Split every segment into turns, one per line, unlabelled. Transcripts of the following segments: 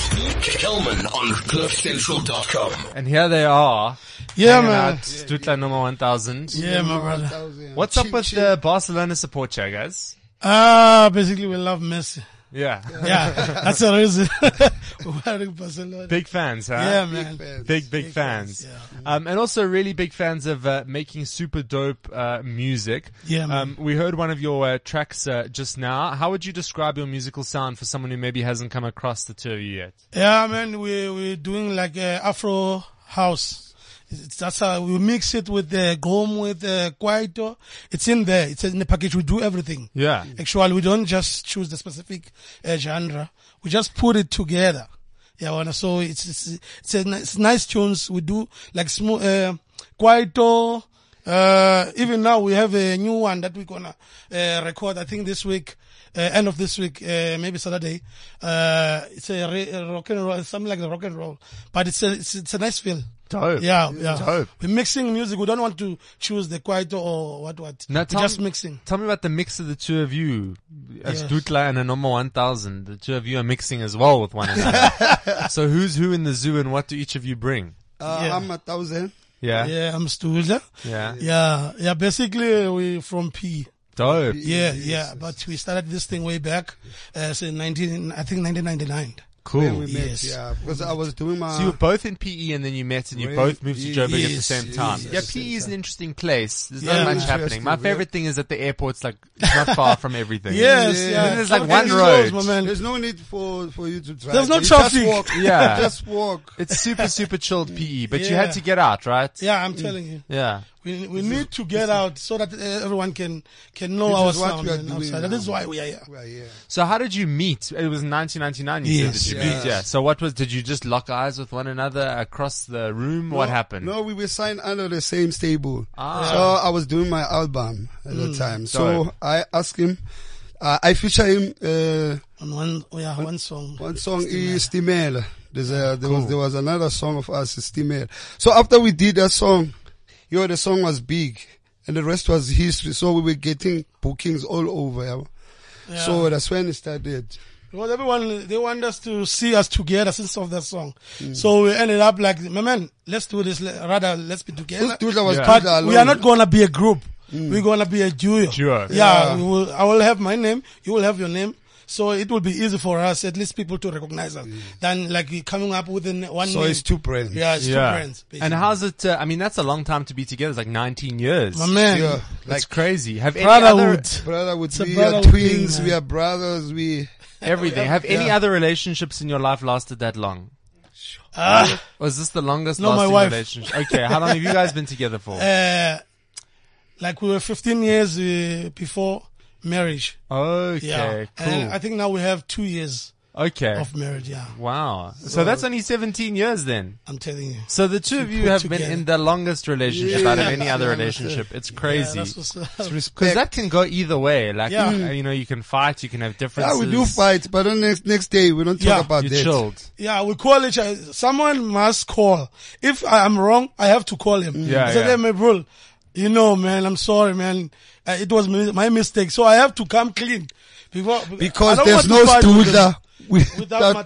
Mike Hellman on CliffCentral.com.
And here they are.
Yeah,
hanging
man.
Out, Stutla number 1000.
Yeah, my brother.
What's up with the Barcelona support here, guys?
Ah, basically we love Messi.
Yeah.
Yeah, that's the reason. We're in Barcelona.
Big fans, huh?
yeah, man.
Big, big, fans. Um, and also really big fans of uh, making super dope uh, music.
Yeah, man.
Um, we heard one of your uh, tracks uh, just now. How would you describe your musical sound for someone who maybe hasn't come across the two of you yet?
Yeah, man. We we're doing like uh, Afro house. It's, that's how we mix it with the gom with the kwaito. It's in there. It's in the package. We do everything.
Yeah.
Mm. Actually, we don't just choose the specific uh, genre. We just put it together. Yeah, wanna- so it's it's it's, a, ni- it's nice tunes. We do like smooth, uh, Kwaito. Uh, even now we have a new one that we're gonna uh, record. I think this week, uh, end of this week, uh, maybe Saturday. Uh, it's a, re- a rock and roll, something like the rock and roll, but it's a it's, it's a nice feel.
Dope.
Yeah, yeah. We're mixing music. We don't want to choose the Kwaito or what what.
Now
We're
tell
just
me-
mixing.
Tell me about the mix of the two of you, as
Yes.
Dutla and Anoma 1000. The two of you are mixing as well with one another. so who's who in the zoo and what do each of you bring?
Uh,
Yeah.
I'm a thousand.
Yeah. Yeah.
Yeah, I'm Stula. Yeah, yeah. Basically, we from P.
Dope.
Yeah, yeah. But we started this thing way back, uh, so in 19, I think 1999.
When
Cool.
we met,
Yes.
yeah, because I was doing my.
Oh, So you were both in PE and then you met and you
Wait,
both moved to
yes,
Joburg at the
yes,
same
yes,
time.
yes,
yeah,
yes,
PE
yes.
is an interesting place. There's
Yeah.
not much
Interesting,
happening. My
yeah.
favorite thing is that the airport's like it's not far from everything.
Yes,
Yeah.
yeah.
And
there's like
Traffic
one
is
road.
closed, my man.
there's no need for for you to drive.
There's no
You
traffic.
Just walk.
Yeah.
just walk.
It's super, super chilled PE, but you had
Yeah.
to get out, right?
Yeah,
Mm.
I'm telling you,
Yeah.
we we need to get out so that uh, everyone can can know
This
our
is what
sound
we are
and
doing
outside. That
now.
is why we are here.
Well, yeah.
So how did you meet? It was 1999 you
Yes.
said that you
Yeah.
meet, yeah. So what was, did you just lock eyes with one another across the room? what
No,
happened?
No, we were signed under the same stable.
Ah. Hmm.
So I was doing my album at the time. So
Dope.
I asked him. Uh, I feature him. Uh,
On one, yeah, one song.
One song is Stimel. There's a, there was there was another song of us, Stimel. So after we did that song, you know, the song was big, and the rest was history. So we were getting bookings all over. yeah.
Yeah.
So that's when it started.
Because everyone they want us to see us together since of that song,
Mm.
so we ended up like, my man, let's do this. le- Rather, let's be together.
Dudla was
Yeah.
Dudla
But we
alone.
are not gonna be a group. We're gonna be a duo.
Duo.
Yeah,
Hmm. Yeah.
We will, I will have my name. You will have your name. So it will be easy for us, at least people to recognize us, than like we coming up with an- one
Hmm. So
name.
it's two brands.
yeah, it's
yeah.
two brands. Basically.
and how's it, uh, I mean, that's a long time to be together. It's like 19 years.
my man?
Yeah,
That's
like
crazy. Have any other,
brotherhood.
brother with
It's a
we are
brotherhood
twins.
thing,
we
man.
are brothers. We
everything, have any
Yeah.
other relationships in your life lasted that long?
Ah,
Was this the longest
No, my
lasting
wife.
relationship? Okay, how long have you guys been together for?
uh, like we were 15 years uh, before marriage.
Okay,
Yeah,
cool.
and I think now we have two years
okay.
of marriage. Yeah,
wow. So, that's only 17 years then.
I'm telling you.
So the two of you
put
have been
together.
in the longest relationship
Yeah.
out of any other
Yeah.
relationship. It's
Yeah,
crazy.
that's what's up.
Because that can go either way. Like,
Yeah.
uh, you know, you can fight, you can have
yeah,
differences.
we do fight, but on next next day we don't talk
Yeah.
about
You
that.
chilled.
Yeah, we call each other. Someone must call. If I am wrong, I have to call him.
Yeah,
I said,
yeah.
hey, my bro, you know, man, I'm sorry, man. Uh, it was mi- my mistake. So I have to come clean. Before, I
Because
don't
there's no
want to fight with
Studla
him.
without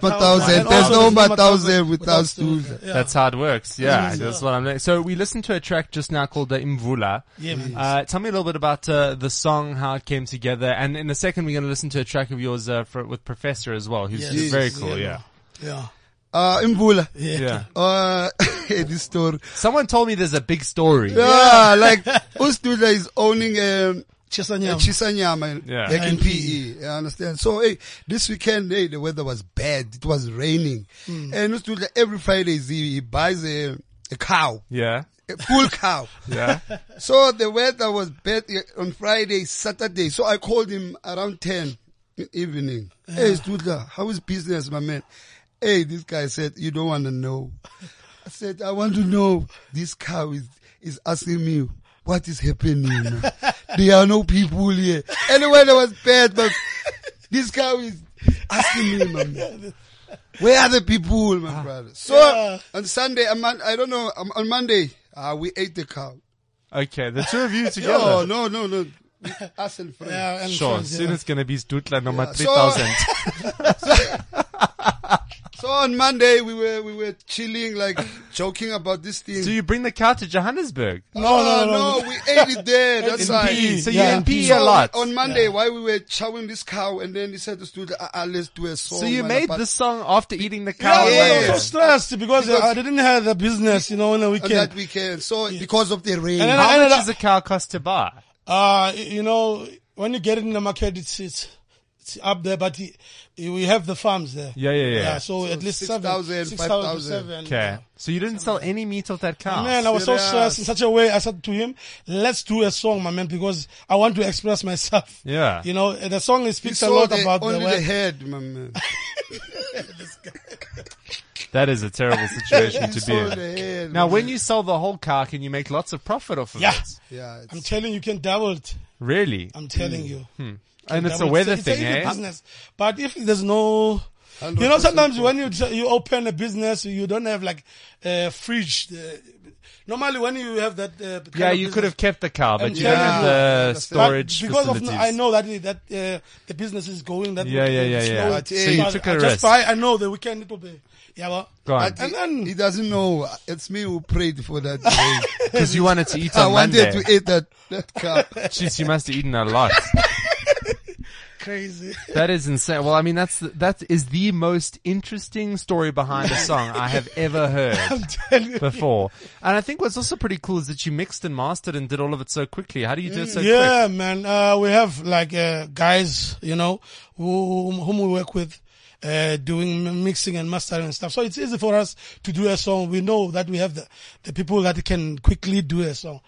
Matauza.
Matauza.
And also
There's no
there's no
Matauza
Matauza
without
Studla.
Studla.
Yeah.
That's how it works. Yeah,
Mhm.
that's what I'm doing. So we listened to a track just now called the Imvula.
Yeah, man.
Uh, tell me a little bit about uh, the song, how it came together, and in a second we're going to listen to a track of yours uh, for, with Professor as well, who's
Yes.
who's very
Yes.
cool. Yeah.
Yeah.
Uh, Imvula.
Yeah.
yeah,
Uh, this story.
Someone told me there's a big story.
Yeah, like Ustula is owning um,
Chisanyama.
a Chisanyama
Yeah.
back in
And PE.
PE. I understand. So hey, this weekend, hey, the weather was bad. It was raining, and Ustula every Friday he, he buys a, a cow,
Yeah,
a full cow.
yeah.
So the weather was bad eh, on Friday, Saturday. So I called him around 10 in evening. Hey, Studla, how is business, my man? Hey, this guy said, you don't want to know. I said, I want to know. This cow is, is asking me, what is happening? man? there are no people here. And the weather was bad, but this cow is asking me, my man. Where are the people, my brother? So
Yeah.
on Sunday, I'm, on- I don't know, um, on Monday, uh, we ate the cow.
Okay, the two of you together.
No, no, no, no. Us and friends.
Yeah, and
Sure,
friends,
soon
yeah.
it's going to be Stutla number
Yeah. So-
3000.
So So on Monday we were we were chilling, like joking about this thing.
So you bring the cow to Johannesburg?
No, no,
Oh,
no,
no, we ate it there. That's why.
P. So
Yeah.
you in P
So
a lot.
On Monday, while we were chowing this cow, and then he said to Studio, ah, ah, let's do a song.
So you
man,
made
about-
this song after eating the
Yeah,
cow?
Yeah.
I was so stressed because, uh, I didn't have the business, you know, on the
on
weekend.
that weekend. So because of the rain,
And then I-
How
ended
much
up-
does a cow cost to buy?
Uh, you know, when you get it in the market, it's, it's, it's up there, but y- we have the farms there.
Yeah, yeah, yeah.
so, at least
6,000,
7, 6,000,
5,000.
7.
Okay. So you didn't sell any meat of that cow?
Man, I was so
serious.
stressed in such a way. I said to him, let's do a song, my man, because I want to express myself.
Yeah.
You know, and the song it
we
speaks a
saw
lot
the-
about
only
the
the,
way.
head, my man.
That is a terrible situation to
We
be
saw
in.
the head,
Now,
my
when
man.
you sell the whole cow, can you make lots of profit off of
Yeah.
it?
yeah, it's-
I'm telling you, you can double it.
Really?
I'm telling
Mm.
you.
Hmm. And it's a
Double it.
weather
it's
thing,
it's a
eh?
business. But if there's no, you know,
100%
sometimes when you tr- you open a business, you don't have like a fridge. uh, normally, when you have that, uh, kind
Yeah,
of
you
business-
could have kept the cow, but
I'm
you
telling
don't have
you.
the
But
storage
because
facilities.
of I know that that uh, the business is going that
Yeah, yeah, yeah,
it's
yeah.
going.
So you
But
took
I
a
just
risk.
buy- I know the weekend it will be yeah well
Go on.
But
And
he-
then-
he doesn't know. It's me who prayed for that. rain.
Because you wanted to eat
I
on
wanted
Monday.
to eat that that cow.
Jeez, you must have eaten a lot.
crazy
That is insane. Well, I mean, that's the, that is the most interesting story behind a song I have ever heard before. And I think what's also pretty cool is that you mixed and mastered and did all of it so quickly. How do you do it so quick?
yeah man uh, we have like uh, guys you know who, whom we work with uh, doing m- mixing and mastering and stuff so it's easy for us to do a song we know that we have the, the people that can quickly do a song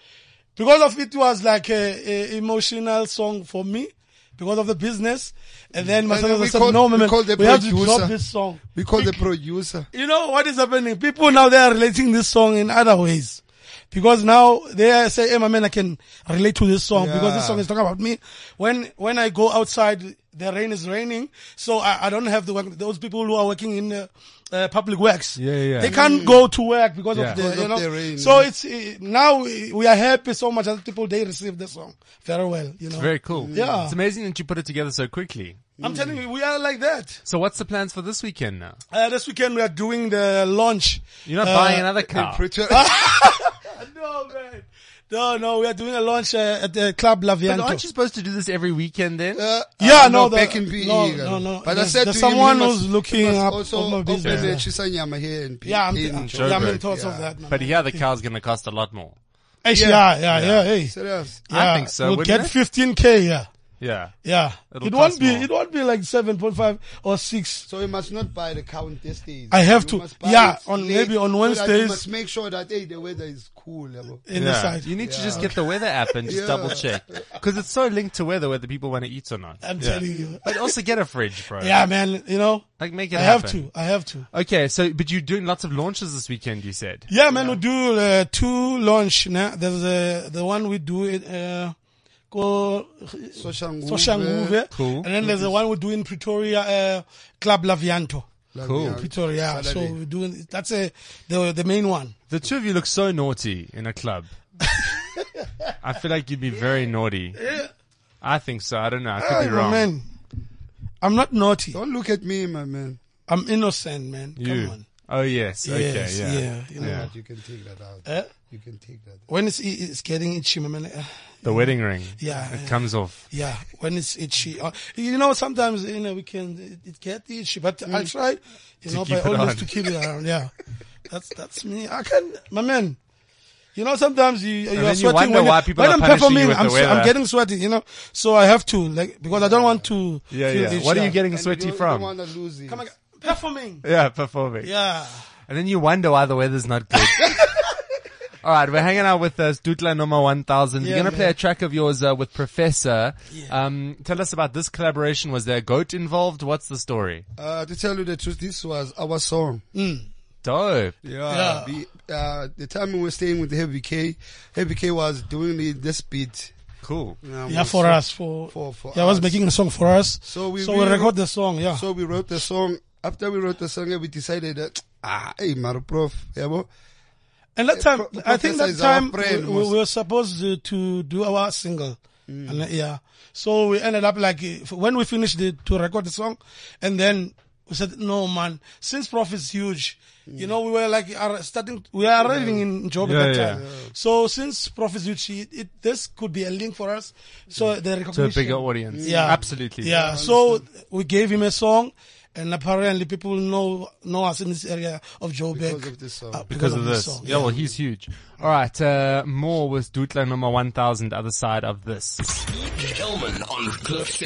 because of it was like a, a emotional song for me because of the business and then my
Mm. And
son
then we
was said
called-
no
we
man
called the
we have to
producer.
drop this song
We called the producer.
you know what is happening? People now they are relating this song in other ways. Because now they are say, hey my man, I can relate to this song because this
Yeah.
song is talking about me. When, when I go outside, the rain is raining. So I, I don't have the work. Those people who are working in uh, uh, public works.
Yeah, yeah.
They can't go to work because
Yeah.
of the,
Because
you
of
know.
the rain,
so
yeah.
it's, uh, now we we are happy so much that people, they receive the song very well, you know.
Very cool.
Yeah.
It's amazing that you put it together so quickly.
I'm telling you, we are like that.
So what's the plans for this weekend now?
Uh, this weekend we are doing the launch.
You're not
Uh,
buying another car.
Pretend-
No, man. No, no, we are doing a launch uh, at the Club Lavianto.
But aren't you supposed to do this every weekend then?
Uh,
Yeah,
I'm
no,
not
the-
back in PE.
no,
girl.
no, no.
But
There's-
I said
there's
to him,
someone
you must-
who's looking
you must
up
also
of my business.
Open
Yeah.
the Chisanyama here in PE.
yeah, I'm,
in
I'm,
Joburg.
yeah, I'm in thoughts of
Yeah.
that. Man.
but yeah, the cow's going to cost a lot more.
Hey, yeah, yeah, yeah, hey.
Serious.
I
Yeah,
think so,
We'll
wouldn't
get
it?
15k. Yeah,
Yeah.
yeah.
It'll
it won't
cost
be.
more.
It won't be like 7.5 or 6.
So you must not buy the cow on this day.
I have
You
to.
must buy
Yeah,
it
on-
late
maybe on
so that
Wednesdays. Eh,
You must make sure that hey, the weather is cool. yabo.
In the
Yeah.
side.
You need to just get the weather app and just
Yeah.
double check. Because it's so linked to weather whether people want to eat or not.
I'm
Yeah.
telling you.
But also get a fridge, bro.
Yeah, man. You know,
Like make it
I have
happen.
to. I have to.
Okay, so but you're doing lots of launches this weekend, you said.
Yeah, man, we do uh, two launch. Nah? There's uh, the one we do it. Uh, go
So Shanguve.
Soshanguve.
Cool.
And then there's the one we do in Pretoria, uh, Club Lavianto.
Like,
Cool.
yeah.
Pretoria. So
Saturday.
we're doing, that's uh the, the main one.
The two of you look so naughty in a club. I feel like you'd be very naughty. I think so. I don't know. I could
Hey,
be
my
wrong.
Man, I'm not naughty.
Don't look at me, my man.
I'm innocent, man.
You.
Come on.
Oh yes.
Yes,
okay. Yeah.
yeah, you know.
Yeah.
You can take that out.
Eh?
You can take that.
When it's, it's getting itchy, my man. eh,
The wedding ring.
Yeah,
It
yeah.
comes off.
Yeah, when it's itchy. Uh, you know, sometimes, you know, we can, it, it get itchy, but I try, you know,
Mm. keep
by
it
always
on.
to keep it around. Yeah. That's, that's me. I can, my man. You know, sometimes you, you are
then you
sweating
wonder
when,
why
you-
people
when
are
I'm
punishing you
performing,
with the
I'm, swe-
weather.
I'm getting sweaty, you know, so I have to, like, because I don't want to
Yeah.
feel
Yeah.
itchy.
What are you getting
And
sweaty
you don't-
from?
You don't want to lose it.
Come again. Performing.
Yeah, performing.
Yeah.
And then you wonder why the weather's not good. All right, we're hanging out with uh, Stutla Noma 1000. You're
Yeah,
going to play
man.
a track of yours uh, with Professor. Um, tell us about this collaboration. Was there a goat involved? What's the story?
Uh, to tell you the truth, this was our song.
Dope.
Yeah.
Yeah.
The, uh, the time we were staying with Heavy K, Heavy K was doing the, this beat.
Cool.
um,
Yeah, for
so-
us, for,
For- for
yeah, I was
us.
making a song for us.
So we-
so
we-
we record the song, yeah.
So we wrote the song. After we wrote the song, we decided that, ah, hey, Maru Prof, yabo.
And that time,
Eh, Pro-
I think
Professor
that
is our
time
friend
we,
most- Mm.
we were supposed to, to do our single. eh, And, uh, yeah. So we ended up like, uh, f- when we finished the, to record the song, and then We said, no, man, since Prof is huge, you
Mm.
know, we were like ar- starting, we are arriving in Job
Yeah,
at that
yeah.
time. So since Prof is huge, it, it, this could be a link for us. So the
to a
recognition.
bigger audience.
Yeah.
absolutely.
Yeah. So we gave him a song, and apparently people know know us in this area of Joburg uh,
Because of this song.
because of this.
song.
yeah, well, he's huge. All right, uh, more with Dutla number 1000, other side of this.
Kelman on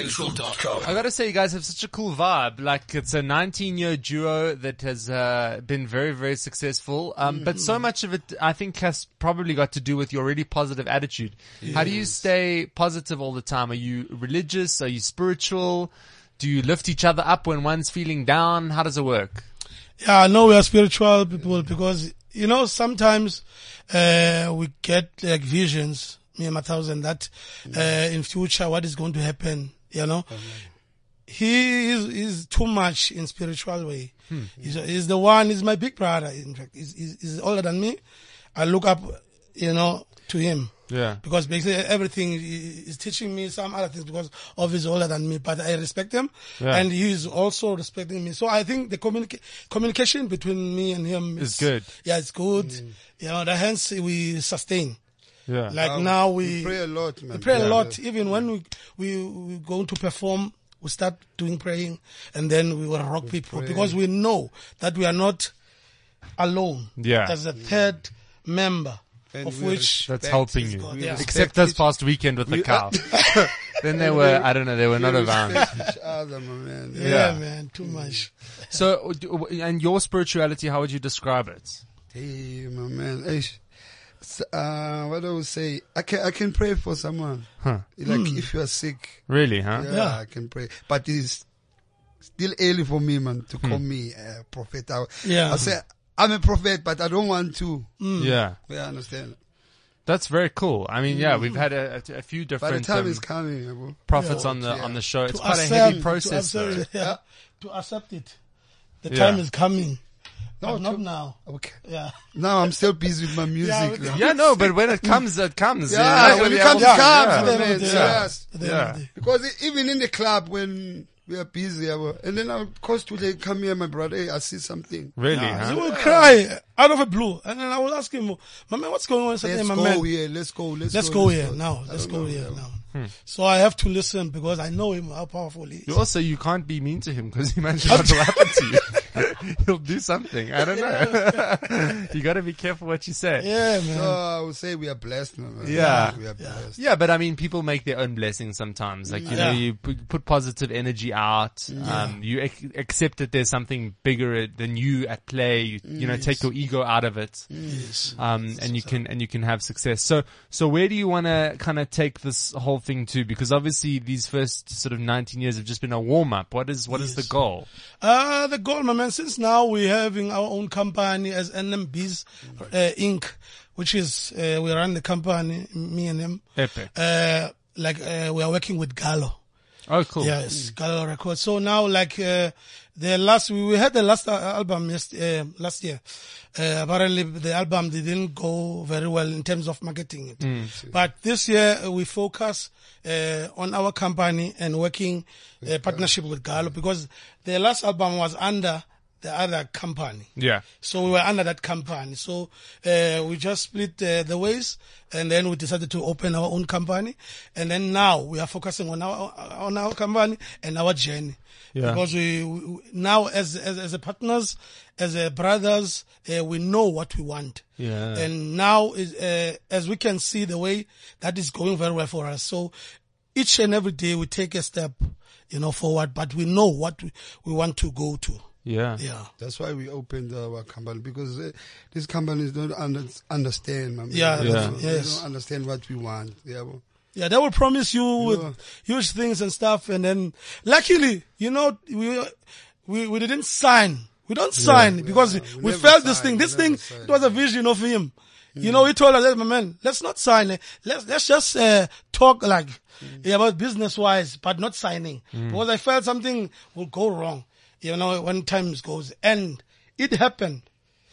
CliffCentral.com.
I gotta say, you guys have such a cool vibe. Like, it's a 19 year duo that has, uh, been very, very successful. Um, but so much of it, I think, has probably got to do with your really positive attitude. How do you stay positive all the time? Are you religious? Are you spiritual? Do you lift each other up when one's feeling down? How does it work?
Yeah, I know we are spiritual people because you know sometimes uh, we get like visions, me and my thousand, that uh, in future what is going to happen. You know, he is, is too much in spiritual way. He's, he's the one. He's my big brother. In fact, he's, he's, he's older than me. I look up, you know, to him.
Yeah.
Because basically everything he- he's teaching me some other things because of he's older than me, but I respect him
Yeah.
and he's also respecting me. So I think the communica- communication between me and him
Is good.
Yeah, it's good.
Mm.
You know, the hence we sustain.
Yeah.
Like
Wow.
now we,
Uh, We pray a lot, man.
We pray a
Yeah.
lot. Even when we, we we going to perform, we start doing praying, and then we will rock people because we know that we are not alone.
Yeah.
there's a third member
And
of
we
which
That's
Respect
helping
is
you.
God.
We Yeah.
Except
respect
this
each-
past weekend with the
We-
cow. then they were, I don't know, they were not
we
around.
respect each other, my man. Yeah.
yeah,
yeah. Mm.
man, too much.
So, do- and your spirituality, how would you describe it?
Hey, my man. Hey, sh- s- uh, what do I say? I can I can pray for someone.
Huh.
Like
Hmm.
if you are sick,
Really, huh?
yeah,
Yeah.
I can pray. But it's still early for me, man, to call me a prophet. I,
Hmm. Yeah.
I say I'm a prophet, but I don't want to.
Yeah.
Yeah, I understand.
That's very cool. I mean, yeah, we've had a, a, a few
Hmm. By the
different
time
um,
it's coming, I will-
prophets on the
Yeah. um,
on the show. It's
To
quite a
accept-
heavy process.
uh,
To
though.
accept, yeah, to accept it, the
Yeah.
time is coming.
No,
No, not
to-
now.
okay.
Yeah,
Now I'm still busy with my music.
we-
now.
Yeah, no, but when it comes, it comes.
Yeah,
you know,
when
we
it
have
comes,
all-
it comes,
yeah.
man.
Yeah.
Yes.
At the end of the
Yeah.
day.
Because e- even in the club when we are busy, I will, and then I'll call today, come here, my brother, hey, I see something.
Really,
He
huh?
will cry out of a blue, and then I will ask him, "My man, what's going on?" I said,
Let's
"Hey, my
go
man,
here, let's go, let's,
let's go here now. Let's
don't
go
know,
here
yeah.
now."
Hmm.
So I have to listen because I know him how powerful he is.
You also, you can't be mean to him because imagine what will happen to you. He'll do something. I don't know. you got to be careful what you say.
yeah, man.
So I would say we are blessed. man.
Yeah.
We are blessed.
Yeah, but I mean, people make their own blessings sometimes. Like, you know,
Yeah.
you pu- put positive energy out. Um, you ac- accept that there's something bigger uh, than you at play. You, you
Mm.
know, take your ego out of it.
Yes.
Um, and you can, and you can have success. So, so where do you want to kind of take this whole thing to? Because obviously these first sort of 19 years have just been a warm up. What is, what is the goal?
Uh, the goal, my man, since now we're having our own company as NMBs uh, Inc., which is, uh, we run the company, me and him.
Epic.
Uh, like, uh, we are working with Gallo.
Oh, cool.
Yes, Gallo Records. So now, like uh, the last, we, we had the last uh, album yes, uh, last year. Uh, apparently, the album they didn't go very well in terms of marketing it. But this year, uh, we focus uh, on our company and working uh, partnership with Gallo because the last album was under the other company.
Yeah.
So we were under that company. So uh, we just split uh, the ways, and then we decided to open our own company. And then now we are focusing on our on our company and our journey.
Yeah.
Because we, we now as as as a partners, as a brothers, uh, we know what we want.
Yeah.
And now is uh, as we can see the way that is going very well for us. So each and every day we take a step, you know, forward. But we know what we, we want to go to.
Yeah.
Yeah.
That's why we opened our company because uh, these companies don't under, understand. man.
Yeah,
They
Yeah.
don't-
yes.
They don't understand what we want. Yeah. well,
Yeah, they will promise you
Yeah.
with huge things and stuff, and then luckily, you know, we we, we didn't sign. We don't sign because we,
we never
felt this
sign,
thing. This
we
thing
never sign.
it was a vision of him. You know, he told us, hey, my man, let's not sign. eh. Let's let's just uh, talk like
Mm.
yeah, about business wise, but not signing because I felt something will go wrong. You know, when times goes, and it happened.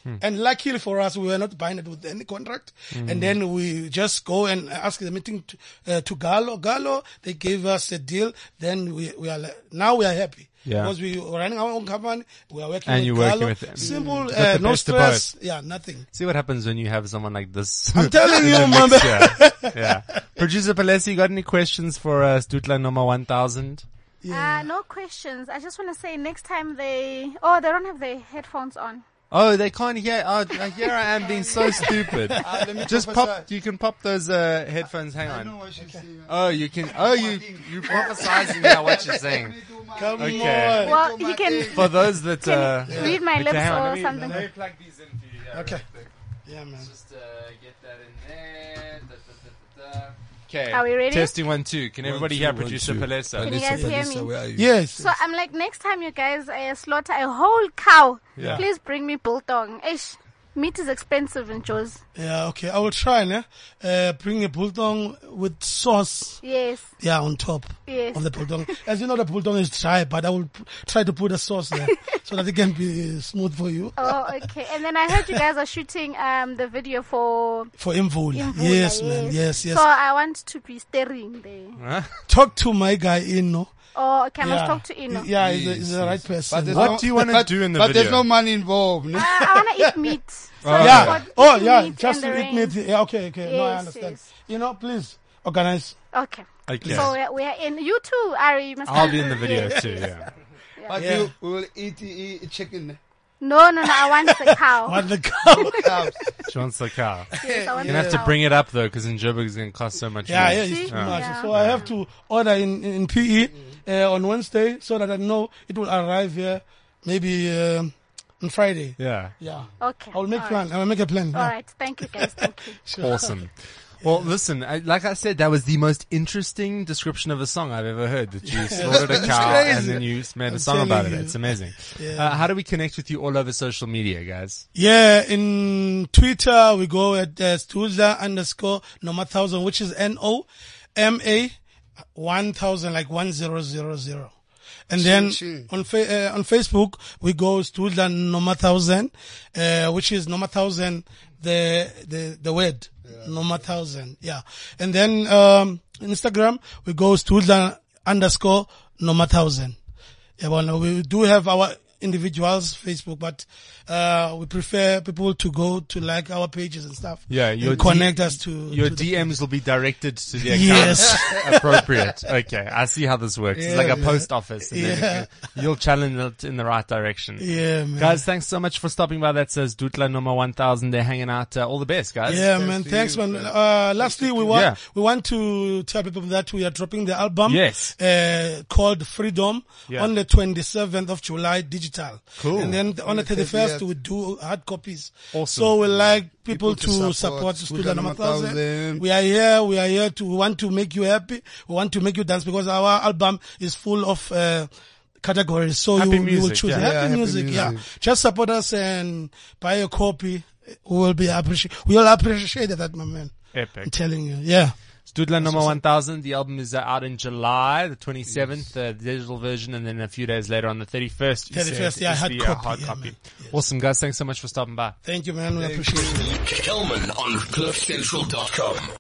Hmm.
And luckily for us, we were not binded with any contract.
Hmm.
And then we just go and ask the meeting to, uh, to Galo. Galo, they gave us a deal. Then we, we are, like- now we are happy.
Yeah.
Because we are running our own company. We are working
And
with
you're
Galo.
working with them.
Simple,
got
uh,
the
no
best of both.
stress. Yeah, nothing.
See what happens when you have someone like this.
I'm telling you, man.
yeah. yeah. Producer Palesi, you got any questions for uh, Stutla number 1000?
Uh, no questions. I just want to say next time they. Oh, they don't have their headphones on.
Oh, they can't hear. Oh, uh, here I am being so stupid.
Uh,
Just pop, you can pop those uh, headphones. Hang on.
uh,
Oh, you can. Oh, you you prophesizing now what you're saying.
Come
Okay.
on.
Well, you can,
For those that
can
uh,
read my
okay,
lips
hang on,
or
let me-
something.
Let me plug these in for you. Yeah,
Okay.
real quick.
Yeah, man.
Just uh, get that in there. Da, da, da, da, da.
Okay.
Are we ready?
Testing one two. Can everybody
two,
hear
one,
producer
two.
Can
Palesa?
you guys hear
Lisa,
me?
where are you?
Yes.
So I'm like, next time you guys uh, slaughter a whole cow,
Yeah.
please bring me biltong. Ish, meat is expensive in Joe's.
yeah, okay. I will try, ne? Uh, bring a bulldog with sauce.
Yes,
Yeah, on top
yes.
of the bulldog. As you know, the bulldog is dry, but I will p- try to put a sauce there so that it can be uh, smooth for you.
Oh, okay. And then I heard you guys are shooting um the video for
For Imvula.
Imvula.
Yes, man. Yes, yes.
So I want to be staring there.
Talk to my guy, Inno.
Oh, okay, I must
Yeah.
talk to Ino.
Yeah, he's, the- he's the right person.
there's
What do you wanna
but-
do in the
But there's
video?
no money involved. no?
Uh, I want to eat meat. So
Oh,
yeah.
I've got
Oh,
eating
yeah.
meat
Just
and
to
the
eat meat.
rings.
Yeah, okay, okay. no, I
Yes,
understand.
yes.
You know, please organize.
Okay.
Okay.
So we are, we are in. You too, Ari. You must
I'll
come.
be in the video
Yes.
too. Yeah.
But
Yeah.
you will eat, eat chicken.
No, no, no. I want the cow.
What the cow?
Cows.
She wants the car.
Yes, I want
You
the
have to
cow.
bring it up though, because in Joburg it's going to cost so much.
Yeah,
money.
yeah, it's too
Yeah.
much.
Yeah.
So I have to order in, in in PE uh, on Wednesday so that I know it will arrive here maybe um on Friday.
yeah.
Yeah.
Okay.
I'll make
All
plan. I'll make a plan.
All
Yeah.
right. Thank you, guys. Thank you.
Awesome. Well, listen, I, like I said, that was the most interesting description of a song I've ever heard. That you slaughtered a cow and
crazy.
then you s- made a
I'm
song about
telling
it.
you.
It's amazing.
Yeah.
Uh, how do we connect with you all over social media, guys?
Yeah, in Twitter we go at uh, Stuza underscore Noma thousand, which is N O M A one thousand, like one zero zero zero. And then
ching.
on fa- uh, on Facebook we go Stuza Noma thousand, uh, which is Noma thousand, the the the word Noma thousand, yeah. And then um, Instagram we go Stuza underscore Noma thousand. Yeah, well, no, we do have our individuals Facebook, but uh, we prefer people to go to like our pages and stuff.
Yeah,
and
your D-
connect us to
Your
to the-
DMs will be directed to the account
Yes.
appropriate. Okay, I see how this works. it's
Yeah,
like a
yeah.
post office. And then you- you'll channel it in the right direction.
yeah, man.
Guys, thanks so much for stopping by. That says Dutla number 1000. They're hanging out. Uh, all the best, guys.
Yeah, man. Thanks, man. Uh, lastly, we want
Yeah.
we want to tell people that we are dropping the album.
Yes.
Uh, called Freedom
Yeah.
on the 27th of July, digital.
Cool.
And then on the 31st,
30th.
we do hard copies.
Awesome.
So we like people,
People to
to
support
support,
Studio
Studio Number
Number 1000.
Thousand. We are here. We are here to we want to make you happy. We want to make you dance because our album is full of. Uh, Categories, so
Happy
you, you will
music,
choose
yeah.
happy,
Yeah, happy
music, Yeah,
music.
just support us and buy a copy. We will be appreciate. We will appreciate that, my man. I'm
Epic.
telling you. Yeah.
Studland number 1000. The album is uh, out in July, the 27th, uh, the digital version, and then a few days later on the 31st. you
31st,
said,
yeah,
is
hard
the, uh,
copy,
hard
yeah,
copy.
man.
Awesome, guys. Thanks so much for stopping by.
Thank you, man. We appreciate it.
Kelman on CliffCentral.com.